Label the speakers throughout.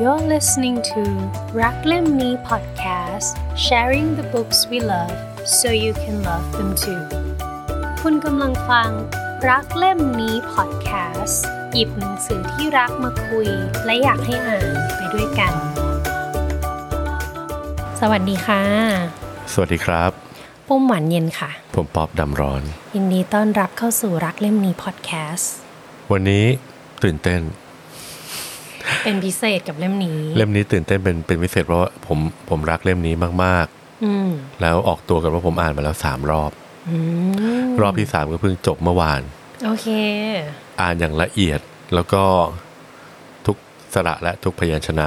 Speaker 1: You're listening to รักเล่มนี้ podcast sharing the books we love so you can love them too คุณกำลังฟัง รักเล่มนี้ podcast หยิบหนังสือที่รักมาคุย และอยากให้อ่านไปด้วยกัน สวัสดีค่ะ
Speaker 2: สวัสดีครับ
Speaker 1: ปุ้มหวานเย็นค่ะ
Speaker 2: ผมป๊อบดำร้อน
Speaker 1: ยินดีต้อนรับเข้าสู่รักเล่มนี้ podcast
Speaker 2: วันนี้ตื่นเต้น
Speaker 1: เป็นพิเศษกับเล่มนี้
Speaker 2: เล่มนี้ตื่นเต้นเป็นเป็นพิเศษเพราะว่าผมผมรักเล่มนี้มาก
Speaker 1: อืม
Speaker 2: ๆ แล้วออกตัวกันว่าผมอ่านมาแล้วสามรอบ
Speaker 1: อืม
Speaker 2: รอบที่สามก็เพิ่งจบเมื่อวาน
Speaker 1: โอเค
Speaker 2: อ่านอย่างละเอียดแล้วก็ทุกสระและทุกพยัญชนะ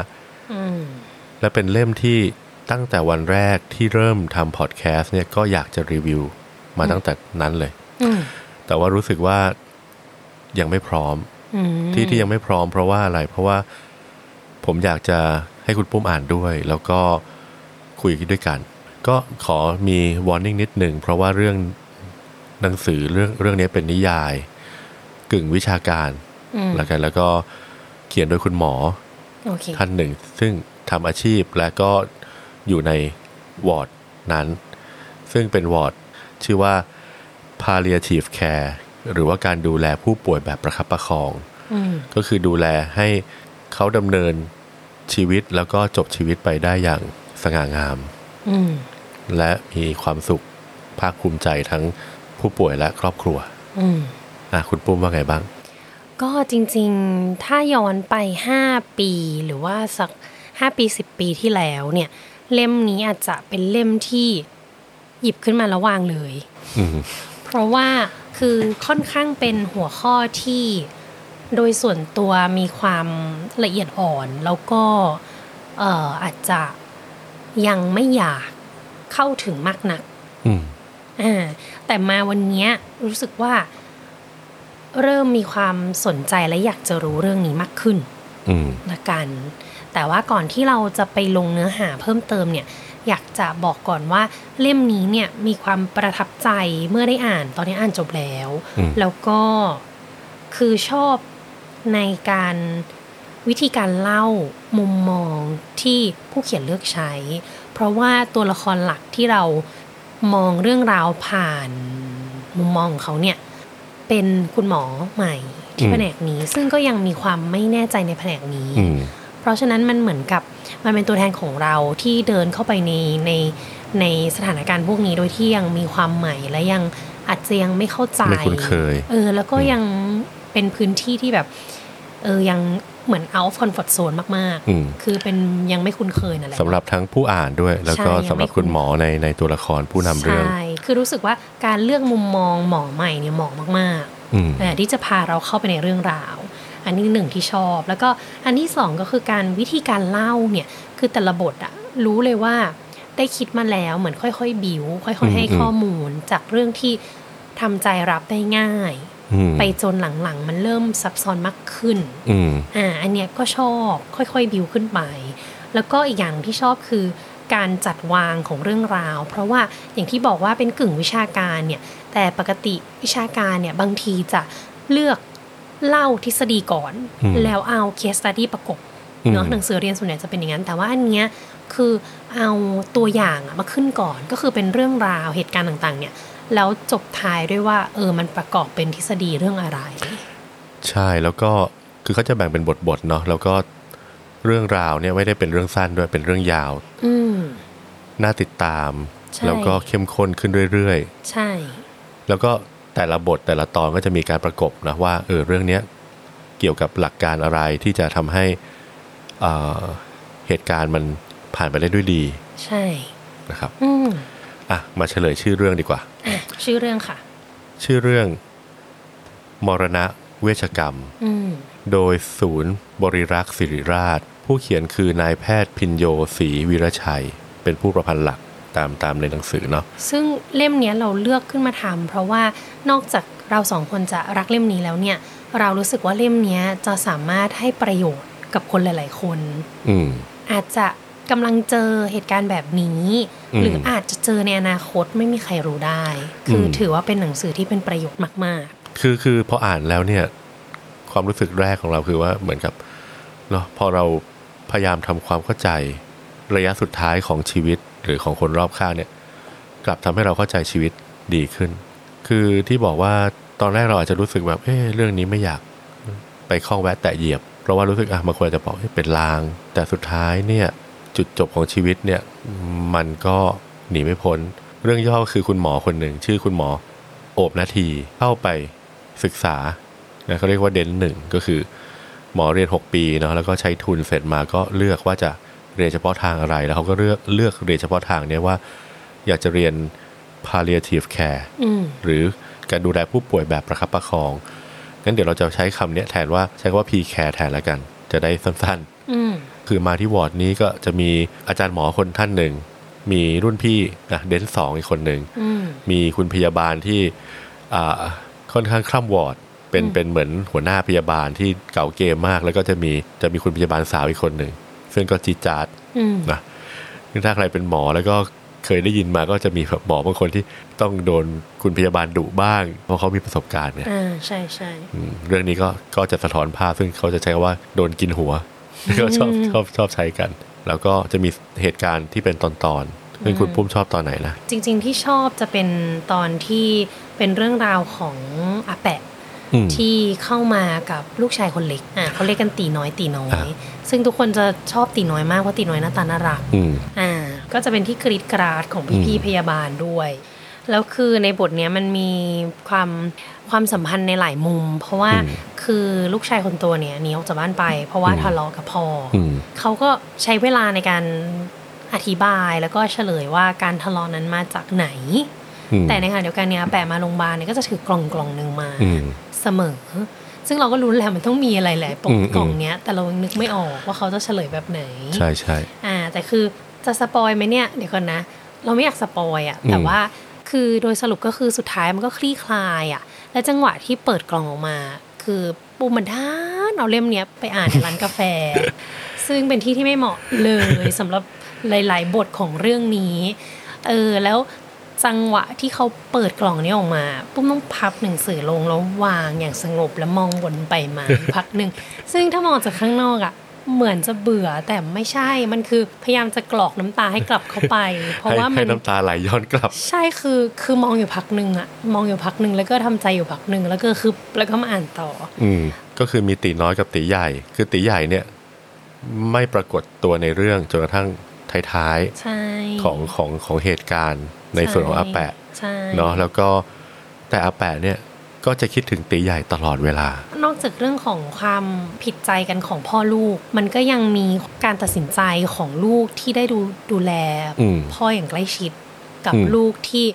Speaker 1: อืม
Speaker 2: และเป็นเล่มที่ตั้งแต่วันแรกที่เริ่มทำพอดแคสต์เนี่ยก็อยากจะรีวิวมาตั้งแต่นั้นเลย
Speaker 1: อืม
Speaker 2: แต่ว่ารู้สึกว่ายังไม่พร้อม
Speaker 1: อืม
Speaker 2: ที่ที่ยังไม่พร้อมเพราะว่าอะไร เพราะว่าผมอยากจะให้คุณปุ้มอ่านด้วย แล้วก็คุยกันด้วยกัน ก็ขอมี warning นิดหนึ่งเพราะว่าเรื่องหนังสือเรื่องเรื่องนี้เป็นนิยาย กึ่งวิชาการ
Speaker 1: อืม
Speaker 2: แล้วกันแล้วก็เขียนโดยคุณหมอ
Speaker 1: โอเค
Speaker 2: ท่านหนึ่ง ซึ่งทำอาชีพและก็อยู่ในวอร์ดนั้น ซึ่งเป็นวอร์ดชื่อว่า palliative care หรือว่าการดูแลผู้ป่วยแบบประคับประคอง
Speaker 1: อืม
Speaker 2: ก็คือดูแลให้เขาดำเนินชีวิตแล้วก็จบชีวิตไปได้อย่างสง่างาม
Speaker 1: อืม
Speaker 2: และมีความสุขภาคภูมิใจทั้งผู้ป่วยและครอบครัว
Speaker 1: อืม
Speaker 2: อ่ะคุณปุ้มว่าไงบ้าง
Speaker 1: ก็จริงๆ ถ้าย้อนไป 5 ปีหรือว่าสัก 5 ปี 10 ปีที่แล้วเนี่ย เล่มนี้อาจจะเป็นเล่มที่หยิบขึ้นมาแล้ววางเลย
Speaker 2: อืม
Speaker 1: เพราะว่าคือค่อนข้างเป็นหัวข้อที่โดยส่วนตัวมีความละเอียดอ่อน แล้วก็เอ่ออาจจะยังไม่อยากเข้าถึงมากนัก
Speaker 2: อืม
Speaker 1: อ่าแต่มาวันเนี้ยรู้สึกว่า เริ่มมีความสนใจและอยากจะรู้เรื่องนี้มากขึ้น
Speaker 2: อืม
Speaker 1: ละกัน แต่ว่าก่อนที่เราจะไปลงเนื้อหาเพิ่มเติมเนี่ย อยากจะบอกก่อนว่าเล่มนี้เนี่ยมีความประทับใจเมื่อได้อ่าน ตอนนี้อ่านจบแล้ว
Speaker 2: อืม
Speaker 1: แล้วก็คือชอบในการวิธีการเล่ามุมมองที่ผู้เขียนเลือกใช้ เพราะว่าตัวละครหลักที่เรามองเรื่องราวผ่านมุมมองของเขาเนี่ย เป็นคุณหมอใหม่ที่แผนกนี้ ซึ่งก็ยังมีความไม่แน่ใจในแผนกนี้
Speaker 2: อืม
Speaker 1: เพราะฉะนั้นมันเหมือนกับมันเป็นตัวแทนของเราที่เดินเข้าไปในในในสถานการณ์พวกนี้โดยที่ยังมีความใหม่และยังอาจจะยังไม่เข้าใจ
Speaker 2: ไม่คุ้นเคย
Speaker 1: เออ แล้วก็ยังเป็นพื้นที่ที่แบบ เออยังเหมือน out of comfort zone มาก
Speaker 2: อืม
Speaker 1: ๆ คือเป็นยังไม่คุ้นเคยนั่นแหละ
Speaker 2: สำหรับทั้งผู้อ่านด้วย แล้วก็
Speaker 1: ใช่ยัง
Speaker 2: สำ
Speaker 1: ไม่
Speaker 2: หรับคุณหมอในในตัวละครผู้นำเรื่อง
Speaker 1: ใช่ คือรู้สึกว่าการเลือกมุมมองหมอใหม่เนี่ยเหมาะมากๆ
Speaker 2: อืม
Speaker 1: เอ่อที่จะพาเราเข้าไปในเรื่องราว อันนี้หนึ่งที่ชอบ แล้วก็อันที่สองก็คือการวิธีการเล่าเนี่ย คือแต่ละบทอะรู้เลยว่าได้คิดมาแล้วเหมือนค่อยๆ บิว ค่อยๆ ให้
Speaker 2: อืมอืม
Speaker 1: ข้อมูลจากเรื่องที่ทำใจรับได้ง่าย
Speaker 2: อืม
Speaker 1: ไปจนหลังๆ มันเริ่มซับซ้อนมากขึ้น
Speaker 2: อืม
Speaker 1: อ่า อันเนี้ยก็ชอบค่อยๆ บิวขึ้นไป แล้วก็อีกอย่างที่ชอบคือการจัดวางของเรื่องราว เพราะว่าอย่างที่บอกว่าเป็นกึ่งวิชาการเนี่ย แต่ปกติวิชาการเนี่ยบางทีจะเลือกเล่าทฤษฎีก่อน
Speaker 2: อืม
Speaker 1: แล้วเอาเคสตัดดี้ประกบ เนาะหนังสือเรียนส่วนใหญ่จะเป็นอย่างนั้น แต่ว่าอันเนี้ยคือเอาตัวอย่างอะมาขึ้นก่อนก็คือเป็นเรื่องราวเหตุการณ์ต่างๆ เนี่ยแล้วจบท้ายด้วยว่าเออมันประกอบเป็นทฤษฎีเรื่องอะไร
Speaker 2: ใช่แล้วก็คือเขาจะแบ่งเป็นบทๆเนาะแล้วก็เรื่องราวเนี่ยไม่ได้เป็นเรื่องสั้นด้วยเป็นเรื่องยาว
Speaker 1: อืม
Speaker 2: น่าติดตาม
Speaker 1: ใช่
Speaker 2: แล้วก็เข้มข้นขึ้นเรื่อย
Speaker 1: ใช่
Speaker 2: ๆ แล้วก็แต่ละบทแต่ละตอนก็จะมีการประกบนะว่าเออเรื่องเนี้ยเกี่ยวกับหลักการอะไรที่จะทำให้เอ่อเหตุการณ์มันผ่านไปได้ด้วยดี
Speaker 1: ใช่
Speaker 2: นะครับ
Speaker 1: อืม
Speaker 2: อ่ะมาเฉลยชื่อเรื่องดีกว่า
Speaker 1: อ่ะชื่อเรื่องค่ะ
Speaker 2: ชื่อเรื่องมรณะเวชกรรม
Speaker 1: อืม
Speaker 2: โดยศูนย์บริรักษ์สิริราช ผู้เขียนคือนายแพทย์พินโยศรีวีระชัย เป็นผู้ประพันธ์หลักตามตามในหนังสือเนาะ
Speaker 1: ซึ่งเล่มเนี้ยเราเลือกขึ้นมาทำเพราะว่านอกจากเราสองคนจะรักเล่มนี้แล้วเนี่ย เรารู้สึกว่าเล่มเนี้ยจะสามารถให้ประโยชน์กับคนหลาย ๆ คน
Speaker 2: อืม
Speaker 1: อาจจะกำลังเจอเหตุการณ์แบบนี้
Speaker 2: อืม
Speaker 1: หรืออาจจะเจอในอนาคตไม่มีใครรู้ได้ คืออ
Speaker 2: ม
Speaker 1: ถือว่าเป็นหนังสือที่เป็นประโยชน์มาก
Speaker 2: คือคือพออ่านแล้วเนี่ย ความรู้สึกแรกของเราคือว่าเหมือนกับเนาะพอเรา พยายามทำความเข้าใจระยะสุดท้ายของชีวิตหรือของคนรอบข้างเนี่ย กลับทำให้เราเข้าใจชีวิตดีขึ้น คือที่บอกว่าตอนแรกเราอาจจะรู้สึกแบบเอ๊ะเรื่องนี้ไม่อยากไปข้องแวะแตะเหยียบ เพราะว่ารู้สึกอ่ะบางคนอาจจะบอกเอ๊ะเป็นลาง แต่สุดท้ายเนี่ยจุดจบของชีวิตเนี่ยมันก็หนีไม่พ้น เรื่องย่อคือคุณหมอคนหนึ่งชื่อคุณหมอโอบนาทีเข้าไปศึกษานะเขาเรียกว่าเดนหนึ่งก็คือ หมอเรียน 6 ปีเนาะแล้วก็ใช้ทุนเสร็จมาก็เลือกว่าจะเรียนเฉพาะทางอะไร แล้วเขาก็เลือกเลือกเรียนเฉพาะทางเนี่ยว่า อยากจะเรียน palliative care
Speaker 1: อืม
Speaker 2: หรือการดูแลผู้ป่วยแบบประคับประคอง งั้นเดี๋ยวเราจะใช้คำเนี้ยแทนว่าใช้คำว่า P care แทนละกัน จะได้สั้น
Speaker 1: อืม
Speaker 2: ๆ คือมาที่วอร์ดนี้ก็จะมีอาจารย์หมอคนท่านหนึ่ง มีรุ่นพี่นะเดนสองอีกคนหนึ่ง
Speaker 1: อืม
Speaker 2: มีคุณพยาบาลที่อ่าค่อนข้างคร่ำวอร์ด เป็น
Speaker 1: อืม
Speaker 2: เป็นเหมือนหัวหน้าพยาบาลที่เก่าเกมมาก แล้วก็จะมีจะมีคุณพยาบาลสาวอีกคนหนึ่ง ซึ่งก็จีดจาด
Speaker 1: อืม
Speaker 2: นะซึ่งถ้าใครเป็นหมอแล้วก็เคยได้ยินมาก็จะมีแบบหมอบางคนที่ต้องโดนคุณพยาบาลดุบ้าง เพราะเขามีประสบการณ์เนี่ย
Speaker 1: อ่า ใช่ใช่
Speaker 2: อืมเรื่องนี้ก็ก็จะสะท้อนภาพซึ่งเขาจะใช้คำว่าโดนกินหัว ก็ชอบชอบชอบใช้กัน แล้วก็จะมีเหตุการณ์ที่เป็นตอนตอนๆซึ่งคุณปุ้มชอบตอนไหนนะ
Speaker 1: จริง ๆ ที่ชอบจะเป็นตอนที่เป็นเรื่องราวของอาแปะ
Speaker 2: อืม
Speaker 1: ที่เข้ามากับลูกชายคนเล็ก อ่ะเขาเรียกกันตีน้อยตีน้อย
Speaker 2: อ่ะ
Speaker 1: ซึ่งทุกคนจะชอบตีน้อยมากเพราะตีน้อยหน้าตาน่ารัก
Speaker 2: อืม
Speaker 1: อ่า ก็จะเป็นที่กรีดกราดของ
Speaker 2: อืม
Speaker 1: พี่ๆพยาบาลด้วย แล้วคือในบทเนี้ยมันมีความความสัมพันธ์ในหลายมุม เพราะว่าคือลูกชายคนโตัวเนี้ยหนีออกจากบ้านไป เพราะว่าทะเลาะกับพ่ออ
Speaker 2: อืม
Speaker 1: เขาก็ใช้เวลาในการอธิบายแล้วก็เฉลยว่าการทะเลาะนั้นมาจากไหน
Speaker 2: อืม
Speaker 1: แต่ในขณะเดียวกันเนี่ยแปะมาโรงพยาบาลเนี่ยก็จะถือกล่องกล่องหนึ่งมา
Speaker 2: อืม
Speaker 1: เสมอ ซึ่งเราก็รู้แหละมันต้องมีอะไรแหละป
Speaker 2: อื
Speaker 1: ก
Speaker 2: ม
Speaker 1: กล่องเนี้ย แต่เรายังนึกไม่ออกว่าเขาจะเฉลยแบบไหน
Speaker 2: ใช่ใช่
Speaker 1: อ่าแต่คือจะสปอยไหมเนี่ยเดี๋ยวก่อนนะ เราไม่อยากสปอยอะ่ะแต่
Speaker 2: อืม
Speaker 1: ว่าคือโดยสรุปก็คือสุดท้ายมันก็คลี่คลายอะ่ะ และจังหวะที่เปิดกล่องออกมา คือปูมันด้านเอาเล่มเนี้ยไปอ่านในร้านกาแฟ ซึ่งเป็นที่ที่ไม่เหมาะเลยสำหรับหลาย ๆ บทของเรื่องนี้เออแล้วจังหวะที่เขาเปิดกล่องนี้ออกมาปุ้มต้องพับหนังสือลงแล้ววางอย่างสงบแล้วมองวนไปมา พักหนึ่งซึ่งถ้ามองจากข้างนอกอ่ะ เหมือนจะเบื่อแต่ไม่ใช่ มันคือพยายามจะกรอกน้ำตาให้กลับเข้า ไป เพราะ
Speaker 2: ให้
Speaker 1: ว่ามั
Speaker 2: ให้
Speaker 1: น
Speaker 2: น้ำตาไหลย้อนกลับ
Speaker 1: ใช่คือคือมองอยู่พักหนึ่งอะมองอยู่พักหนึ่งแล้วก็ทำใจอยู่พักหนึ่งแล้วก็คือแล้วก็มาอ่านต่อ
Speaker 2: อืมก็คือมีตีน้อยกับตีใหญ่ คือตีใหญ่เนี่ยไม่ปรากฏตัวในเรื่องจนกระทั่งท้าย
Speaker 1: ใช่
Speaker 2: ๆของของของเหตุการณ์ในส่วนของอาแปะ
Speaker 1: ใช่
Speaker 2: เนาะแล้วก็แต่อาแปะเนี่ยก็จะคิดถึงตีใหญ่ตลอดเวลา
Speaker 1: นอกจากเรื่องของความผิดใจกันของพ่อลูก มันก็ยังมีการตัดสินใจของลูกที่ได้ดูดูแล
Speaker 2: อืม
Speaker 1: พ่ออย่างใกล้ชิดกับ
Speaker 2: อืม
Speaker 1: ลูกที่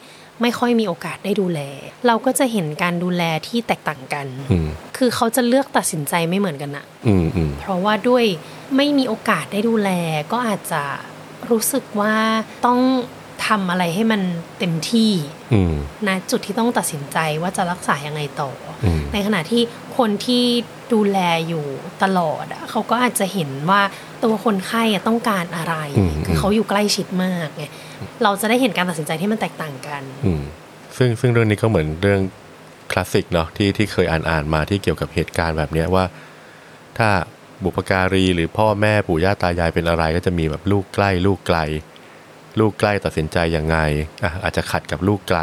Speaker 1: ไม่ค่อยมีโอกาสได้ดูแล เราก็จะเห็นการดูแลที่แตกต่างกัน
Speaker 2: อืม
Speaker 1: คือเขาจะเลือกตัดสินใจไม่เหมือนกันนะ
Speaker 2: อืมอืม
Speaker 1: เพราะว่าด้วยไม่มีโอกาสได้ดูแล ก็อาจจะรู้สึกว่าต้องทำอะไรให้มันเต็มที่
Speaker 2: อืม
Speaker 1: นะจุดที่ต้องตัดสินใจว่าจะรักษายังไงต่อ
Speaker 2: อืม
Speaker 1: ในขณะที่คนที่ดูแลอยู่ตลอดอะเขาก็อาจจะเห็นว่าตัวคนไข้อะต้องการอะไร คือเขาอยู่ใกล้ชิดมากไงเราจะได้เห็นการตัดสินใจที่มันแตกต่างกัน
Speaker 2: อืมซึ่งซึ่งเรื่องนี้ก็เหมือนเรื่องคลาสสิกเนาะที่ที่เคยอ่านอ่านมาที่เกี่ยวกับเหตุการณ์แบบเนี้ยว่า ถ้าบุพการีหรือพ่อแม่ปู่ย่าตายายเป็นอะไรก็จะมีแบบลูกใกล้ ลูกไกล ลูกใกล้ตัดสินใจยังไงอ่ะอาจจะขัดกับลูกไกล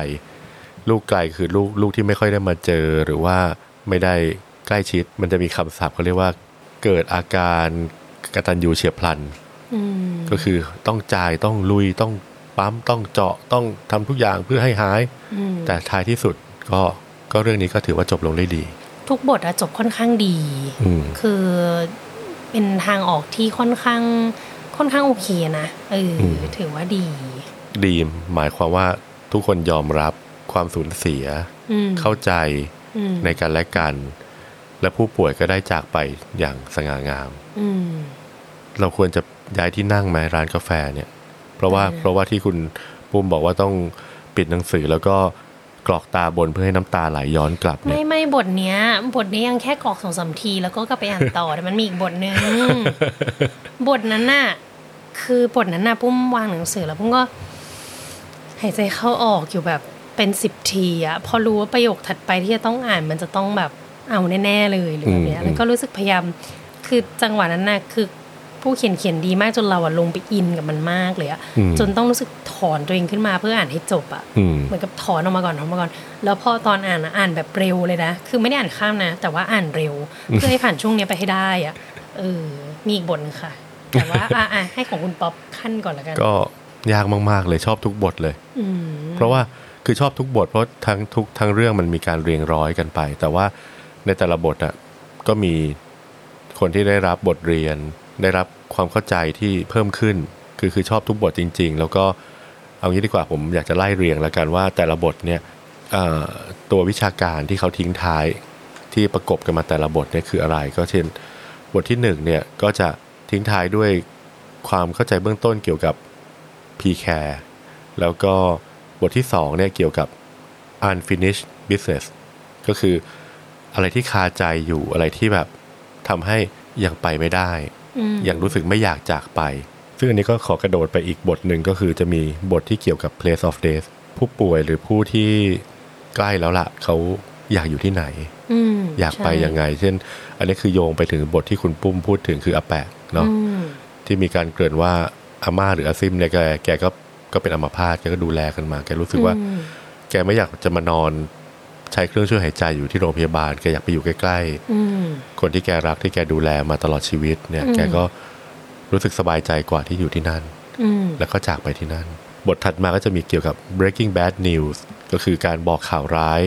Speaker 2: ลูกไกลคือลูกลูกที่ไม่ค่อยได้มาเจอหรือว่าไม่ได้ใกล้ชิด มันจะมีคำศัพท์เขาเรียกว่า เกิดอาการกตัญญูเฉียบพลัน
Speaker 1: อืม
Speaker 2: ก็คือต้องจ่ายต้องลุยต้องปั๊มต้องเจาะต้องทำทุกอย่างเพื่อให้หาย
Speaker 1: ม
Speaker 2: แต่ท้ายที่สุดก็ก็เรื่องนี้ก็ถือว่าจบลงได้ดี
Speaker 1: ทุกบทอะจบค่อนข้างดี
Speaker 2: อืม
Speaker 1: คือเป็นทางออกที่ค่อนข้างค่อนข้างโอเคนะเอออ
Speaker 2: ม
Speaker 1: ถือว่าดี
Speaker 2: ดีหมายความว่าทุกคนยอมรับความสูญเสีย
Speaker 1: อืม
Speaker 2: เข้าใจ
Speaker 1: อืม
Speaker 2: ในกันและกัน และผู้ป่วยก็ได้จากไปอย่างสง่างาม
Speaker 1: อืม
Speaker 2: เราควรจะย้ายที่นั่งไหมร้านกาแฟเนี่ย เพราะว่า
Speaker 1: อืม
Speaker 2: เพราะว่าที่คุณปุ้มบอกว่าต้องปิดหนังสือแล้วก็กรอกตาบนเพื่อให้น้ำตาไหลย้อนกลับเนี่ย
Speaker 1: ไม่ไม่บทเนี้ย บทเนี้ยยังแค่กรอกสองสามที แล้วก็กลับไปอ่านต่อ แต่มันมีอีกบทหนึ่งบทนั้นน่ะ คือบทนั้นน่ะปุ้มวางหนังสือแล้วปุ้มก็หายใจเข้าออกอยู่แบบเป็นสิบทีอะพอรู้ว่าประโยคถัดไปที่จะต้องอ่านมันจะต้องแบบเอาแน่ๆเลยหรือแบบเนี้ย
Speaker 2: อืม
Speaker 1: แล้วก็รู้สึกพยายาม คือจังหวะนั้นน่ะคือ ผู้เขียนเขียนดีมากจนเราอะลงไปอินกับมันมากเลยอะ
Speaker 2: อืม
Speaker 1: จนต้องรู้สึกถอนตัวเองขึ้นมาเพื่ออ่านให้จบอะ
Speaker 2: อืม
Speaker 1: เหมือนกับถอนออกมาก่อนถอนออกมาก่อน แล้วพอตอนอ่านนะอ่านแบบเร็วเลยนะ คือไม่ได้อ่านข้ามนะ แต่ว่าอ่านเร็ว เพื่อให้ผ่านช่วงเนี้ยไปให้ได้อะเออ มีอีกบทหนึ่งค่ะ แต่ว่าอ่ะอ่ะให้ของคุณป๊อปขั้นก่อนละกัน
Speaker 2: ก็ยากมาก ๆ เลยชอบทุกบทเลย
Speaker 1: อืม
Speaker 2: เพราะว่าคือชอบทุกบท เพราะทั้งทุกทั้งเรื่องมันมีการเรียงร้อยกันไป แต่ว่าในแต่ละบทอ่ะก็มีคนที่ได้รับบทเรียน ได้รับความเข้าใจที่เพิ่มขึ้น คือคือชอบทุกบทจริง ๆ แล้วก็เอางี้ดีกว่าผมอยากจะไล่เรียงแล้วกันว่าแต่ละบทเนี่ยเอ่อตัววิชาการที่เขาทิ้งท้ายที่ประกบกันมาแต่ละบทเนี่ยคืออะไร ก็เช่น บทที่หนึ่งเนี่ยก็จะทิ้งท้ายด้วยความเข้าใจเบื้องต้นเกี่ยวกับ P-Care แล้วก็บทที่2เนี่ยเกี่ยวกับ unfinished business ก็คืออะไรที่คาใจอยู่อะไรที่แบบทำให้ยังไปไม่ได้
Speaker 1: อืม
Speaker 2: ยังรู้สึกไม่อยากจากไป ซึ่งอันนี้ก็ขอกระโดดไปอีกบทหนึ่งก็คือจะมีบทที่เกี่ยวกับ place of death ผู้ป่วยหรือผู้ที่ใกล้แล้วละเขาอยากอยู่ที่ไหน
Speaker 1: อืม
Speaker 2: อยากไป
Speaker 1: ใช่
Speaker 2: ยังไง เช่น อันนี้คือโยงไปถึงบทที่คุณปุ้มพูดถึงคืออาแปะเนาะ
Speaker 1: อืม
Speaker 2: ที่มีการเกริ่นว่าอาม่าหรืออาซิมเนี่ยแกแกก็ก็เป็นอัมพาตแกก็ดูแลกันมา แกรู้สึกว่า
Speaker 1: อืม
Speaker 2: แกไม่อยากจะมานอนใช้เครื่องช่วยหายใจอยู่ที่โรงพยาบาลแกอยากไปอยู่ใกล้
Speaker 1: อืม
Speaker 2: ๆ คนที่แกรักที่แกดูแลมาตลอดชีวิตเนี่ย
Speaker 1: อืม
Speaker 2: แกก็รู้สึกสบายใจกว่าที่อยู่ที่นั่น
Speaker 1: อืม
Speaker 2: แล้วก็จากไปที่นั่น บทถัดมาก็จะมีเกี่ยวกับ breaking bad news ก็คือการบอกข่าวร้าย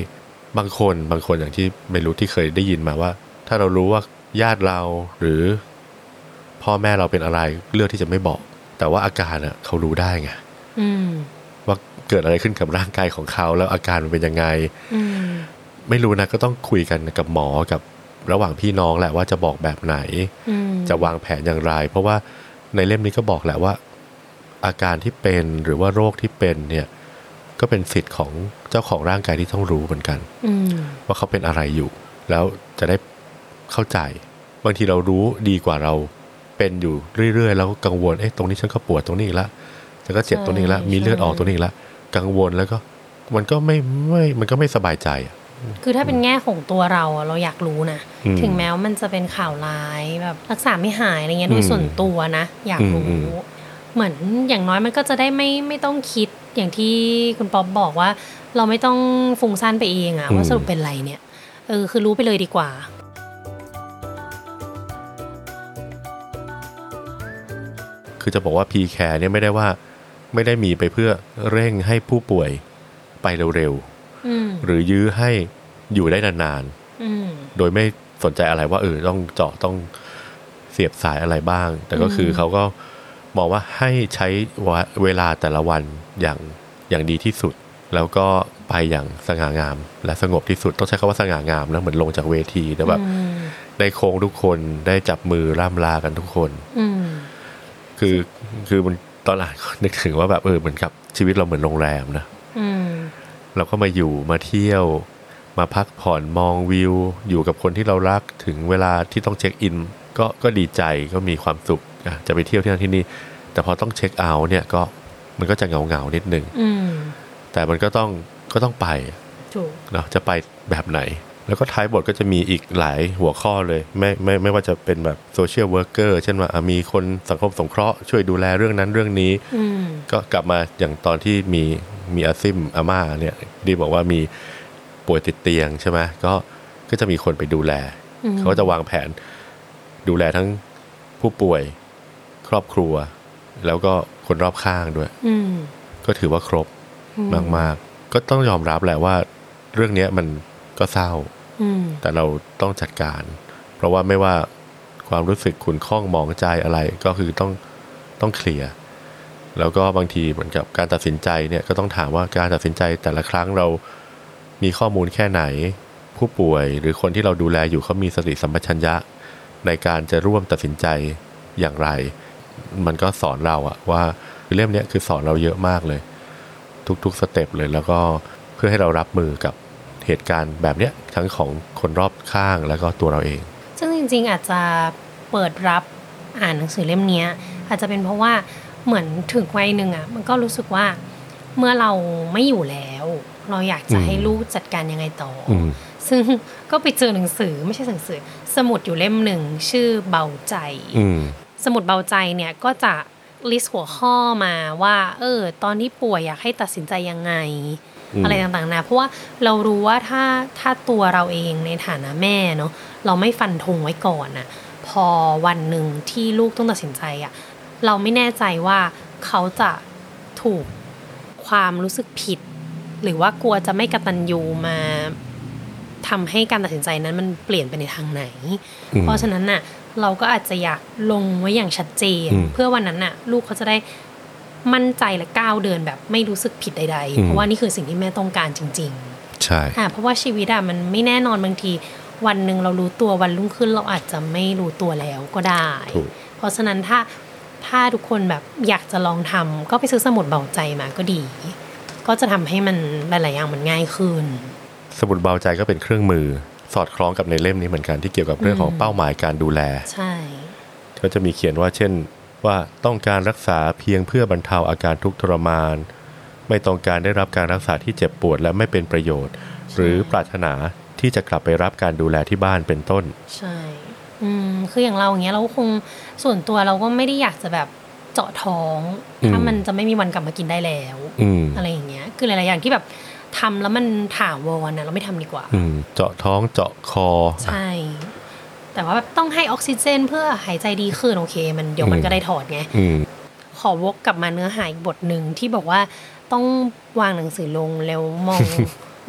Speaker 2: บางคนบางคนอย่างที่ไม่รู้ที่เคยได้ยินมาว่า ถ้าเรารู้ว่าญาติเราหรือพ่อแม่เราเป็นอะไรเลือกที่จะไม่บอก แต่ว่าอาการน่ะเขารู้ได้ไง
Speaker 1: อืม
Speaker 2: ว่าเกิดอะไรขึ้นกับร่างกายของเขาแล้วอาการมันเป็นยังไง
Speaker 1: อืม
Speaker 2: ไม่รู้นะก็ต้องคุยกันกับหมอกับระหว่างพี่น้องแหละว่าจะบอกแบบไหน
Speaker 1: อืม
Speaker 2: จะวางแผนอย่างไร เพราะว่าในเล่มนี้ก็บอกแหละว่า อาการที่เป็นหรือว่าโรคที่เป็นเนี่ยก็เป็นสิทธิ์ของเจ้าของร่างกายที่ต้องรู้เหมือนกัน
Speaker 1: อืม
Speaker 2: ว่าเขาเป็นอะไรอยู่ แล้วจะได้เข้าใจ บางทีเรารู้ดีกว่าเราเป็นอยู่เรื่อยๆ แล้วก็กังวลเอ๊ะตรงนี้ฉันก็ปวดตรงนี้อีกละฉันก็เจ็บตรงนี้อีกละมีเลือดออกตรงนี้อีกละกังวลแล้วก็มันก็ไม่ไม่มันก็ไม่สบายใจอะ
Speaker 1: คือถ้าเป็นแง่ของตัวเราอะเราอยากรู้นะ
Speaker 2: อืม
Speaker 1: ถึงแม้ว่ามันจะเป็นข่าวร้ายแบบรักษาไม่หายอะไรเงี้ยโดย
Speaker 2: อืม
Speaker 1: ส่วนตัวนะ อยาก
Speaker 2: อื
Speaker 1: รู้
Speaker 2: มอืม
Speaker 1: เหมือนอย่างน้อยมันก็จะได้ไม่ไม่ต้องคิดอย่างที่คุณป๊อปบอกว่า เราไม่ต้องฟุ้งซ่านไปเองอะว่าสรุปเป็นอะไรเนี่ยเออคือรู้ไปเลยดีกว่า
Speaker 2: คือจะบอกว่า p c a r e เนี่ยไม่ได้ว่าไม่ได้มีไปเพื่อเร่งให้ผู้ป่วยไปเร็ว
Speaker 1: อืม
Speaker 2: ๆ หรือยื้อให้อยู่ได้นาน
Speaker 1: อืม
Speaker 2: ๆ โดยไม่สนใจอะไรว่าเออต้องเจาะต้องเสียบสายอะไรบ้าง แต่ก็คือ
Speaker 1: อืม
Speaker 2: เขาก็มองว่าให้ใช้วะเวลาแต่ละวันอย่างอย่างดีที่สุด แล้วก็ไปอย่างสง่างาม และสงบที่สุดต้องใช้คำว่าสง่างามนะเหมือนลงจากเวทีแล้วแบบ
Speaker 1: อืม
Speaker 2: ได้โค้งทุกคนได้จับมือร่ำลากันทุกคน
Speaker 1: อืม
Speaker 2: คือคือมันตอนหลังก็นึกถึงว่าแบบเออเหมือนกับชีวิตเราเหมือนโรงแรมนะ
Speaker 1: อืม
Speaker 2: เราก็มาอยู่มาเที่ยว มาพักผ่อนมองวิว อยู่กับคนที่เรารักถึงเวลาที่ต้องเช็คอิน ก็ก็ดีใจก็มีความสุขอ่ะจะไปเที่ยวที่นั่นที่นี่ แต่พอต้องเช็คเอาท์เนี่ยก็มันก็จะเงาเงาๆนิดนึง
Speaker 1: อืม
Speaker 2: แต่มันก็ต้องก็ต้องไป
Speaker 1: ถูก
Speaker 2: เนาะจะไปแบบไหน แล้วก็ท้ายบทก็จะมีอีกหลายหัวข้อเลย ไม่ไม่ไม่ว่าจะเป็นแบบโซเชียลเวิร์กเกอร์เช่นว่าอ่ะมีคนสังคมสงเคราะห์ช่วยดูแลเรื่องนั้นเรื่องนี้
Speaker 1: อืม
Speaker 2: ก็กลับมาอย่างตอนที่มีมีอาซิมอาม่าเนี่ยดีบอกว่ามีป่วยติดเตียงใช่ไหมก็ก็จะมีคนไปดูแล
Speaker 1: อืม
Speaker 2: เขาก็จะวางแผนดูแลทั้งผู้ป่วยครอบครัว แล้วก็คนรอบข้างด้วย
Speaker 1: อืม
Speaker 2: ก็ถือว่าครบ
Speaker 1: อื
Speaker 2: มากๆ ก็ต้องยอมรับแหละว่า เรื่องเนี้ยมันก็เศร้า
Speaker 1: อืม
Speaker 2: แต่เราต้องจัดการ เพราะว่าไม่ว่าความรู้สึกขุนข้องหมองใจอะไรก็คือต้องต้องเคลียร์แล้วก็บางทีเหมือนกับการตัดสินใจเนี่ยก็ต้องถามว่าการตัดสินใจแต่ละครั้งเรามีข้อมูลแค่ไหน ผู้ป่วยหรือคนที่เราดูแลอยู่เขามีสติสัมปชัญญะ ในการจะร่วมตัดสินใจอย่างไร มันก็สอนเราอะว่าเล่มเนี้ยคือสอนเราเยอะมากเลย ทุกๆสเต็ปเลยแล้วก็เพื่อให้เรารับมือกับเหตุการณ์แบบเนี้ยทั้งของคนรอบข้างแล้วก็ตัวเราเอง
Speaker 1: ซึ่งจริง ๆ อาจจะเปิดรับอ่านหนังสือเล่มเนี้ย อาจจะเป็นเพราะว่าเหมือนถึงวัยหนึ่งอ่ะมันก็รู้สึกว่าเมื่อเราไม่อยู่แล้ว เราอยากจะ
Speaker 2: อืม
Speaker 1: ให้ลูกจัดการยังไงต่ออ
Speaker 2: อืม
Speaker 1: ซึ่งก็ไปเจอหนังสือไม่ใช่หนังสือ สมุดอยู่เล่มหนึ่งชื่อเบาใจ
Speaker 2: อืม
Speaker 1: สมุดเบาใจเนี่ยก็จะลิสต์หัวข้อมาว่า เออ ตอนที่ป่วยอยากให้ตัดสินใจยังไง
Speaker 2: ม
Speaker 1: อะไรต่างๆนะ เพราะว่าเรารู้ว่าถ้าถ้าตัวเราเองในฐานะแม่เนาะเราไม่ฟันธงไว้ก่อนอะพอวันหนึ่งที่ลูกต้องตัดสินใจอะเราไม่แน่ใจว่าเขาจะถูกความรู้สึกผิด หรือว่ากลัวจะไม่กระตันยูมาทำให้การตัดสินใจนั้นมันเปลี่ยนไปในทางไหน
Speaker 2: อืม
Speaker 1: เพราะฉะนั้นน่ะเราก็อาจจะอยากลงไว้อย่างชัดเจน
Speaker 2: อืม
Speaker 1: เพื่อวันนั้นน่ะ ลูกเขาจะได้มั่นใจและก้าวเดินแบบไม่รู้สึกผิดใด
Speaker 2: อืม
Speaker 1: ๆเพราะว่านี่คือสิ่งที่แม่ต้องการจริง
Speaker 2: ใช่
Speaker 1: ๆ อ่ะเพราะว่าชีวิตอ่ะมันไม่แน่นอนบางที วันหนึ่งเรารู้ตัววันรุ่งขึ้นเราอาจจะไม่รู้ตัวแล้วก็ได้
Speaker 2: ถูก
Speaker 1: เพราะฉะนั้นถ้าถ้าทุกคนแบบอยากจะลองทำก็ไปซื้อสมุดเบาใจมาก็ดี ก็จะทำให้มันหลายๆอย่างมันง่ายขึ้น
Speaker 2: สมุดเบาใจก็เป็นเครื่องมือ สอดคล้องกับในเล่มนี้เหมือนกันที่เกี่ยวกับเรื่องของ
Speaker 1: อืม
Speaker 2: เป้าหมายการดูแล
Speaker 1: ใช่
Speaker 2: ก็จะมีเขียนว่าเช่นว่าต้องการรักษาเพียงเพื่อบรรเทาอาการทุกข์ทรมาน ไม่ต้องการได้รับการรักษาที่เจ็บปวดและไม่เป็นประโยชน์ หรือปรารถนาที่จะกลับไปรับการดูแลที่บ้านเป็นต้น
Speaker 1: ใช่ อืม คืออย่างเราอย่างเงี้ยเราก็คงส่วนตัวเราก็ไม่ได้อยากจะแบบเจาะท้อง
Speaker 2: อืม
Speaker 1: ถ้ามันจะไม่มีวันกลับมากินได้แล้ว
Speaker 2: อืม
Speaker 1: อะไรอย่างเงี้ย คือหลาย ๆ อย่างที่แบบทำแล้วมันถาวรนะเราไม่ทำดีกว่า
Speaker 2: อืมเจาะท้องเจาะคอ
Speaker 1: ใช่ แต่ว่าแบบต้องให้ออกซิเจนเพื่อหายใจดีขึ้นโอเค มันเดี๋ยวมัน
Speaker 2: อืม
Speaker 1: ก็ได้ถอดไง
Speaker 2: อืม
Speaker 1: ขอวกกลับมาเนื้อหาอีกบทหนึ่งที่บอกว่าต้องวางหนังสือลงแล้วม อง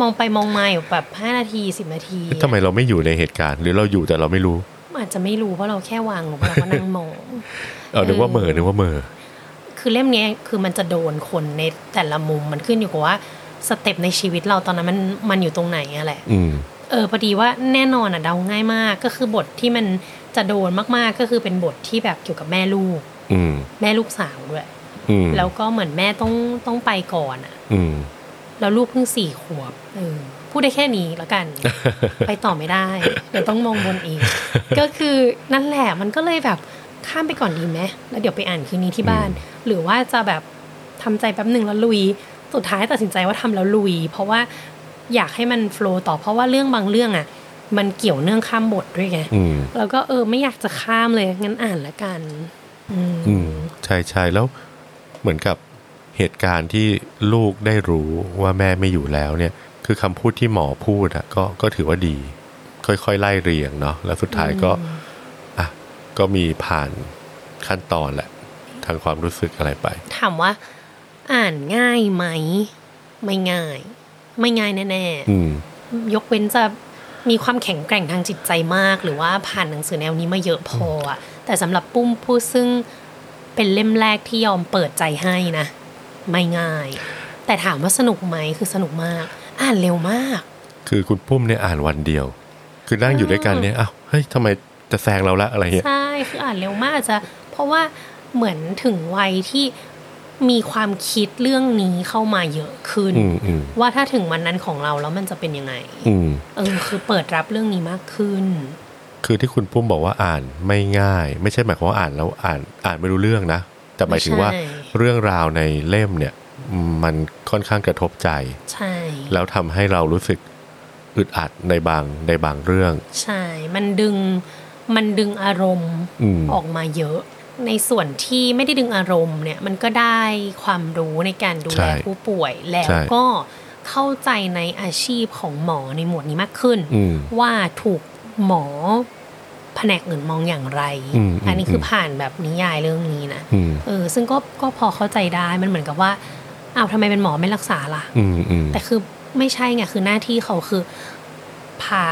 Speaker 1: มองไปมองมาอยู่แบบห้านาทีสิบนาทีอะ
Speaker 2: ทำไมเราไม่อยู่ในเหตุการณ์ หรือเราอยู่แต่เราไม่รู้
Speaker 1: อาจจะไม่รู้เพราะเราแค่วางลงไปแล้วก็นั่งมอง
Speaker 2: เออนึกว่าเหม่อนึกว่าเหม่อ
Speaker 1: คือเล่มเนี้ยคือมันจะโดนคนในแต่ละมุมมันขึ้นอยู่กับว่าสเต็ปในชีวิตเราตอนนั้นมันมันอยู่ตรงไหนอะแหละ
Speaker 2: อืม
Speaker 1: เออพอดีว่าแน่นอนอะเดาง่ายมาก ก็คือบทที่มันจะโดนมากๆก็คือเป็นบทที่แบบเกี่ยวกับแม่ลูก
Speaker 2: อืม
Speaker 1: แม่ลูกสาวด้วย
Speaker 2: อืม
Speaker 1: แล้วก็เหมือนแม่ต้องต้องไปก่อนอะ
Speaker 2: อืม
Speaker 1: แล้วลูกเพิ่งสี่ขวบเออพูดได้แค่นี้แล้วกัน ไปต่อไม่ได้เดี๋ยวต้องมองบนอีก ก็คือนั่นแหละมันก็เลยแบบข้ามไปก่อนดีไหมแล้วเดี๋ยวไปอ่านคืนนี้ที่บ้าน หรือว่าจะแบบทำใจแป๊บหนึ่งแล้วลุย สุดท้ายตัดสินใจว่าทำแล้วลุย เพราะว่าอยากให้มันโฟลว์ต่อเพราะว่าเรื่องบางเรื่องอ่ะ มันเกี่ยวเนื่องข้ามบทด้วยไง
Speaker 2: อืม
Speaker 1: แล้วก็เออไม่อยากจะข้ามเลยงั้นอ่านละกัน อืม
Speaker 2: อืมใช่ใช่แล้วเหมือนกับเหตุการณ์ที่ลูกได้รู้ว่าแม่ไม่อยู่แล้วเนี่ย คือคำพูดที่หมอพูดอะก็ก็ถือว่าดี ค่อยๆไล่เรียงเนาะแล้วสุดท้ายก็อ่ะก็มีผ่านขั้นตอนแหละ ทางความรู้สึกอะไรไป
Speaker 1: ถามว่า อ่านง่ายไหม ไม่ง่าย ไม่ง่ายแน่ๆ
Speaker 2: อืม
Speaker 1: ยกเว้นจะมีความแข็งแกร่งทางจิตใจมาก หรือว่าผ่านหนังสือแนวนี้มาเยอะพออะแต่สำหรับปุ้มผู้ซึ่งเป็นเล่มแรกที่ยอมเปิดใจให้นะ ไม่ง่าย แต่ถามว่าสนุกไหมคือสนุกมาก อ่านเร็วมาก
Speaker 2: คือคุณปุ้มเนี่ยอ่านวันเดียว คือนั่งอยู่ด้วยกันเนี่ยอ้าวเฮ้ยทำไมจะแซงเราละอะไรเงี้ย
Speaker 1: ใช่ คืออ่านเร็วมากอาจจะ เพราะว่าเหมือนถึงวัยที่มีความคิดเรื่องนี้เข้ามาเยอะขึ้น
Speaker 2: อืมอืม
Speaker 1: ว่าถ้าถึงวันนั้นของเราแล้วมันจะเป็นยังไง
Speaker 2: อืม
Speaker 1: เออคือเปิดรับเรื่องนี้มากขึ้น
Speaker 2: คือที่คุณปุ้มบอกว่าอ่านไม่ง่าย ไม่ใช่หมายความว่าอ่านแล้วอ่านอ่านไม่รู้เรื่องนะ แต่หมายถึงว่า
Speaker 1: ใช่
Speaker 2: เรื่องราวในเล่มเนี่ย มันค่อนข้างกระทบใจ
Speaker 1: ใช่
Speaker 2: แล้วทำให้เรารู้สึกอึดอัดในบางในบางเรื่อง
Speaker 1: ใช่ มันดึง มันดึงอารมณ์
Speaker 2: อืม
Speaker 1: ออกมาเยอะ ในส่วนที่ไม่ได้ดึงอารมณ์เนี่ย มันก็ได้ความรู้ในการดู
Speaker 2: ใช่
Speaker 1: แลผู้ป่วย แล้ว
Speaker 2: ใช่
Speaker 1: ก็เข้าใจในอาชีพของหมอในหมวดนี้มากขึ้น
Speaker 2: อืม
Speaker 1: ว่าถูกหมอแผนกอื่นมองอย่างไร
Speaker 2: อืมอืม
Speaker 1: นนี้คือผ่านแบบนิยายเรื่องนี้นะ
Speaker 2: อืม
Speaker 1: เออ ซึ่งก็ ก็พอเข้าใจได้ มันเหมือนกับว่า อ้าวทำไมเป็นหมอไม่รักษาล่ะ
Speaker 2: อืมอืม
Speaker 1: แต่คือไม่ใช่ไงคือหน้าที่เขาคือพา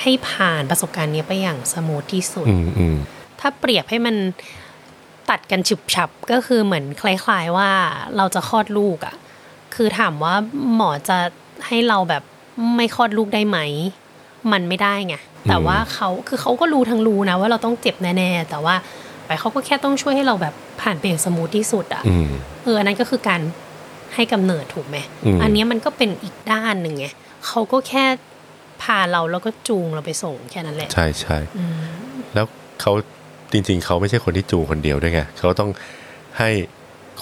Speaker 1: ให้ผ่านประสบการณ์เนี้ยไปอย่างสมูทที่สุด
Speaker 2: อืมอืม
Speaker 1: ถ้าเปรียบให้มันตัดกันฉุบฉับก็คือเหมือนคล้าย ๆว่าเราจะคลอดลูกอะ่ะคือถามว่าหมอจะให้เราแบบไม่คลอดลูกได้ไหม มันไม่ได้ไงแต่ว่าเขาคือเขาก็รู้ทั้งรู้นะ ว่าเราต้องเจ็บแน่ๆแต่ว่าไปเขาก็แค่ต้องช่วยให้เราแบบผ่านไปอย่างสมูทที่สุดอ่ะ
Speaker 2: อืม
Speaker 1: เอออันนั้นก็คือการให้กำเนิดถูกไหม
Speaker 2: อืม
Speaker 1: นเนี้ยมันก็เป็นอีกด้านหนึ่งไงเขาก็แค่พาเราแล้วก็จูงเราไปส่งแค่นั้นแหละ
Speaker 2: ใช่ใช่
Speaker 1: อืม
Speaker 2: แล้วเขาจริง ๆ เขาไม่ใช่คนที่จูงคนเดียวด้วยไงเขาต้องให้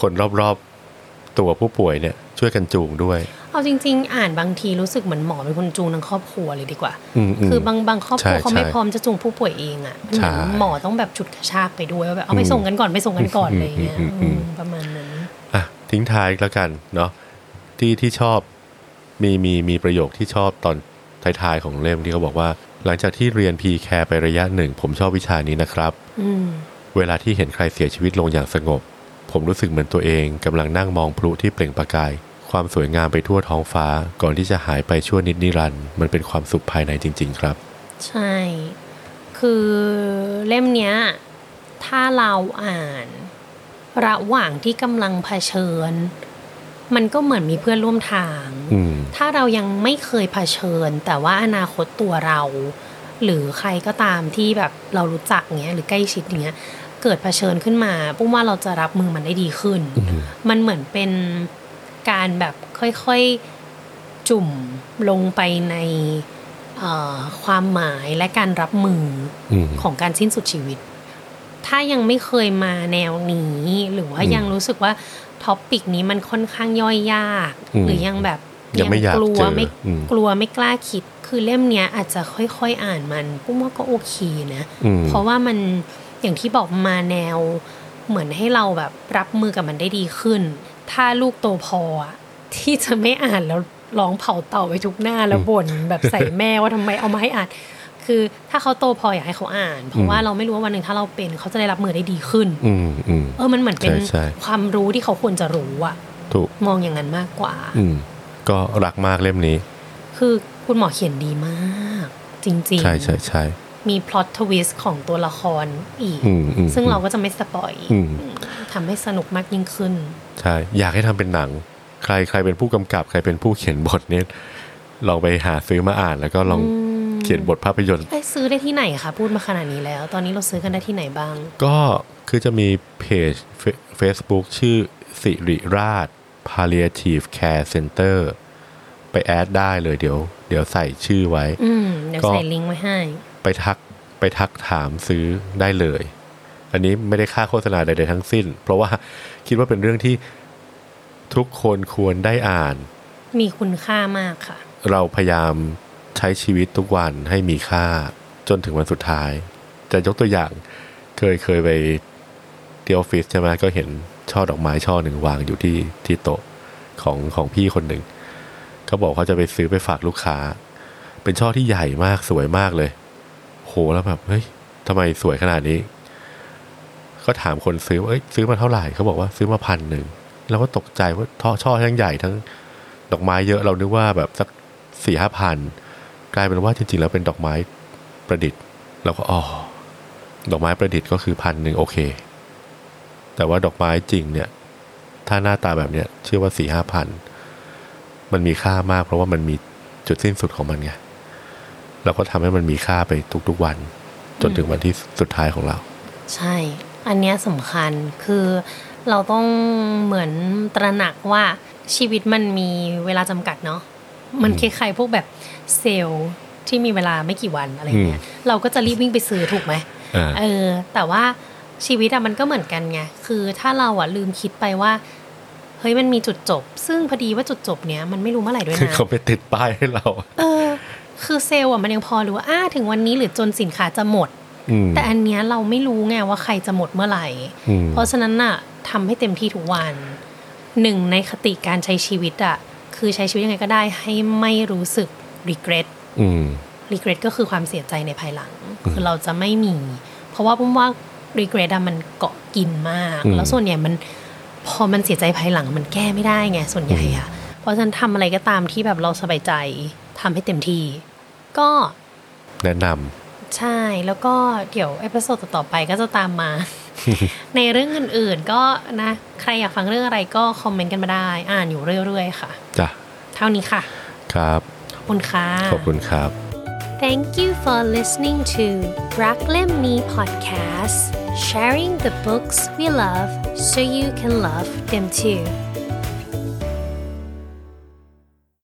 Speaker 2: คนรอบๆตัวผู้ป่วยเนี่ย ช่วยกันจูงด้วย
Speaker 1: เอ เอาจริง ๆ อ่านบางทีรู้สึกเหมือนหมอเป็นคนจูงทั้งครอบครัวเลยดีกว่า
Speaker 2: มม
Speaker 1: คือบางบางครอบครัว
Speaker 2: ใช่
Speaker 1: เขาไม่
Speaker 2: ใช่
Speaker 1: พร้อมจะจูงผู้ป่วยเองอ่ะมันเหมือน
Speaker 2: ใช่
Speaker 1: หมอต้องแบบฉุดกระชากไปด้วยว่าแบบเอาไป
Speaker 2: อืม
Speaker 1: ส่งกันก่อนไปส่งกันก่อน
Speaker 2: อืม
Speaker 1: อะไรอย่างเงี้ย
Speaker 2: อืมอืม
Speaker 1: อืมประมาณนั้น
Speaker 2: อ่ะทิ้งท้ายแล้วกันเนาะที่ที่ชอบมีมีมีประโยคที่ชอบตอนท้ายๆของเล่มที่เขาบอกว่า หลังจากที่เรียน p c a r e ไประยะหนึ่ง ผมชอบวิชานี้นะครับ
Speaker 1: อืม
Speaker 2: เวลาที่เห็นใครเสียชีวิตลงอย่างสงบ ผมรู้สึกเหมือนตัวเองกำลังนั่งมองพลุที่เปล่งประกาย ความสวยงามไปทั่วท้องฟ้า ก่อนที่จะหายไปชั่วนิดนิรันดร์มันเป็นความสุขภายในจริง ๆ ครับ
Speaker 1: ใช่ คือเล่มเนี้ย ถ้าเราอ่าน ระหว่างที่กำลังเผชิญ มันก็เหมือนมีเพื่อนร่วมทาง
Speaker 2: อืม
Speaker 1: ถ้าเรายังไม่เคยเผชิญ แต่ว่าอนาคตตัวเรา หรือใครก็ตามที่แบบเรารู้จักเงี้ยหรือใกล้ชิดอย่างเงี้ย เกิดเผชิญขึ้นมาปุ้มว่าเราจะรับมือมันได้ดีขึ้น
Speaker 2: อืม
Speaker 1: มันเหมือนเป็นการแบบค่อยๆจุ่มลงไปในเอ่อความหมายและการรับมือ
Speaker 2: อืม
Speaker 1: ของการสิ้นสุดชีวิต ถ้ายังไม่เคยมาแนวนี้ หรือว่า
Speaker 2: อืม
Speaker 1: ยังรู้สึกว่าท็อปปิกนี้มันค่อนข้างย่อยยาก
Speaker 2: อืม
Speaker 1: หรือยังแบบ
Speaker 2: ยังไม่อยาก
Speaker 1: กลัว
Speaker 2: เจอ
Speaker 1: ไม่
Speaker 2: อืม
Speaker 1: กลัวไม่กล้าคิด คือเล่มเนี้ยอาจจะค่อยๆอ่านมันปุ้มว่าก็โอเคนะ
Speaker 2: อืม
Speaker 1: เพราะว่ามันอย่างที่บอกมาแนวเหมือนให้เราแบบรับมือกับมันได้ดีขึ้น ถ้าลูกโตพออะที่จะไม่อ่านแล้วร้องเผาเต่าไปทุกหน้าแล้วบ่นแบบใส่แม่ว่าทำไมเอามาให้อ่าน คือถ้าเขาโตพออยากให้เขาอ่าน เพ
Speaker 2: อื
Speaker 1: ราะ
Speaker 2: ม
Speaker 1: ว่าเราไม่รู้ว่าวันหนึ่งถ้าเราเป็นเขาจะได้รับมือได้ดีขึ้น
Speaker 2: อืมอืม
Speaker 1: เออมันเหมือนเป็น
Speaker 2: ใช่ใช่
Speaker 1: ความรู้ที่เขาควรจะรู้อะ
Speaker 2: ถูก
Speaker 1: มองอย่างนั้นมากกว่า
Speaker 2: อืม ก็รักมากเล่มนี้
Speaker 1: คือคุณหมอเขียนดีมาก จริง
Speaker 2: ใช่ใช่ใช่
Speaker 1: ๆมีพล็อตทวิสต์ของตัวละครอีก
Speaker 2: อืมอืม
Speaker 1: ซึ่งเราก็จะไม่สปอย
Speaker 2: อืม
Speaker 1: ทำให้สนุกมากยิ่งขึ้น
Speaker 2: ใช่อยากให้ทำเป็นหนัง ใครใครเป็นผู้กำกับ ใครเป็นผู้เขียนบทเนี่ยลองไปหาซื้อมาอ่าน แล้วก็ลอง
Speaker 1: อืม
Speaker 2: เขียนบทภาพยนตร์
Speaker 1: ไปซื้อได้ที่ไหนคะพูดมาขนาดนี้แล้ว ตอนนี้เราซื้อกันได้ที่ไหนบ้าง
Speaker 2: ก็คือจะมีเพจ Fe- Facebook ชื่อสิริราช Palliative Care Center ไปแอดได้เลยเดี๋ยว เดี๋ยวใส่ชื่อไว้
Speaker 1: อืมเดี๋ยว
Speaker 2: ก็
Speaker 1: ใส่ลิงก์ไว้ให้
Speaker 2: ไปทักไปทักถามซื้อได้เลย อันนี้ไม่ได้ค่าโฆษณาใดๆทั้งสิ้น เพราะว่าคิดว่าเป็นเรื่องที่ทุกคนควรได้อ่าน
Speaker 1: มีคุณค่ามากค่ะ
Speaker 2: เราพยายามใช้ชีวิตทุกวันให้มีค่าจนถึงวันสุดท้าย จะยกตัวอย่างเคยเคยไปที่ออฟฟิศใช่ไหมก็เห็นช่อดอกไม้ช่อหนึ่งวางอยู่ที่ที่โต๊ะของของพี่คนหนึ่งเขาบอกเขาจะไปซื้อไปฝากลูกค้า เป็นช่อที่ใหญ่มากสวยมากเลย โหแล้วแบบเฮ้ยทำไมสวยขนาดนี้ ก็ถามคนซื้อว่าเอ้ยซื้อมาเท่าไหร่เขาบอกว่าซื้อมาพันหนึ่งเราก็ตกใจว่าท่อช่อทั้งใหญ่ทั้ง ดอกไม้เยอะเรานึกว่าแบบสักสี่ห้าพันกลายเป็นว่าจริงๆแล้วเป็นดอกไม้ประดิษฐ์เราก็อ๋อดอกไม้ประดิษฐ์ก็คือพันหนึ่งโอเค แต่ว่าดอกไม้จริงเนี่ย ถ้าหน้าตาแบบเนี้ยเชื่อว่าสี่ห้าพันมันมีค่ามาก เพราะว่ามันมีจุดสิ้นสุดของมันไงเราก็ทำให้มันมีค่าไปทุกๆวัน จนถึงวันที่สุดท้ายของเรา
Speaker 1: ใช่ อันเนี้ยสำคัญคือเราต้องเหมือนตระหนักว่าชีวิตมันมีเวลาจำกัดเนาะ มันคล้ายๆพวกแบบเซลล์ที่มีเวลาไม่กี่วันอะไรเงี้ย เราก็จะรีบวิ่งไปซื้อถูกไหม
Speaker 2: อ่า
Speaker 1: เออ แต่ว่าชีวิตอะมันก็เหมือนกันไง คือถ้าเราอะลืมคิดไปว่า เฮ้ยมันมีจุดจบ ซึ่งพอดีว่าจุดจบเนี้ยมันไม่รู้เมื่อไหร่ด้วย
Speaker 2: คือ
Speaker 1: นะ
Speaker 2: เขาไปติดป้ายให้เรา
Speaker 1: เออ คือเซลล์อะมันยังพอรู้ว่าอ้าถึงวันนี้หรือจนสินค้าจะหมด
Speaker 2: อืม
Speaker 1: แต่อันเนี้ยเราไม่รู้ไงว่าใครจะหมดเมื่อไหร่
Speaker 2: อืม
Speaker 1: เพราะฉะนั้นน่ะทำให้เต็มที่ทุกวัน หนึ่งในคติการใช้ชีวิตอะคือใช้ชีวิตยังไงก็ได้ให้ไม่รู้สึก regret
Speaker 2: อืม
Speaker 1: regret ก็คือความเสียใจในภายหลัง คือเราจะไม่มี เพราะว่าผมว่า regret อะมันเกาะกินมาก
Speaker 2: อืม
Speaker 1: แล้วส่วนใหญ่มันพอมันเสียใจภายหลังมันแก้ไม่ได้ไงส่วนใหญ่อะเพราะฉะนั้นทำอะไรก็ตามที่แบบเราสบายใจทำให้เต็มที่ ก็
Speaker 2: แนะนำ
Speaker 1: ใช่แล้วก็เดี๋ยวเอพิโซดต่อๆไปก็จะตาม มา ในเรื่องอื่นๆ ก็นะ ใครอยากฟังเรื่องอะไรก็คอมเมนต์กันมาได้ อ่านอยู่เรื่อยๆ ค่ะ
Speaker 2: จ้ะ
Speaker 1: เท่านี้ค่ะ
Speaker 2: ครับ
Speaker 1: ขอบคุณค่ะ
Speaker 2: ขอบคุณครับ
Speaker 1: Thank you for listening to Rock Lim Me Podcast sharing the books we love so you can love them too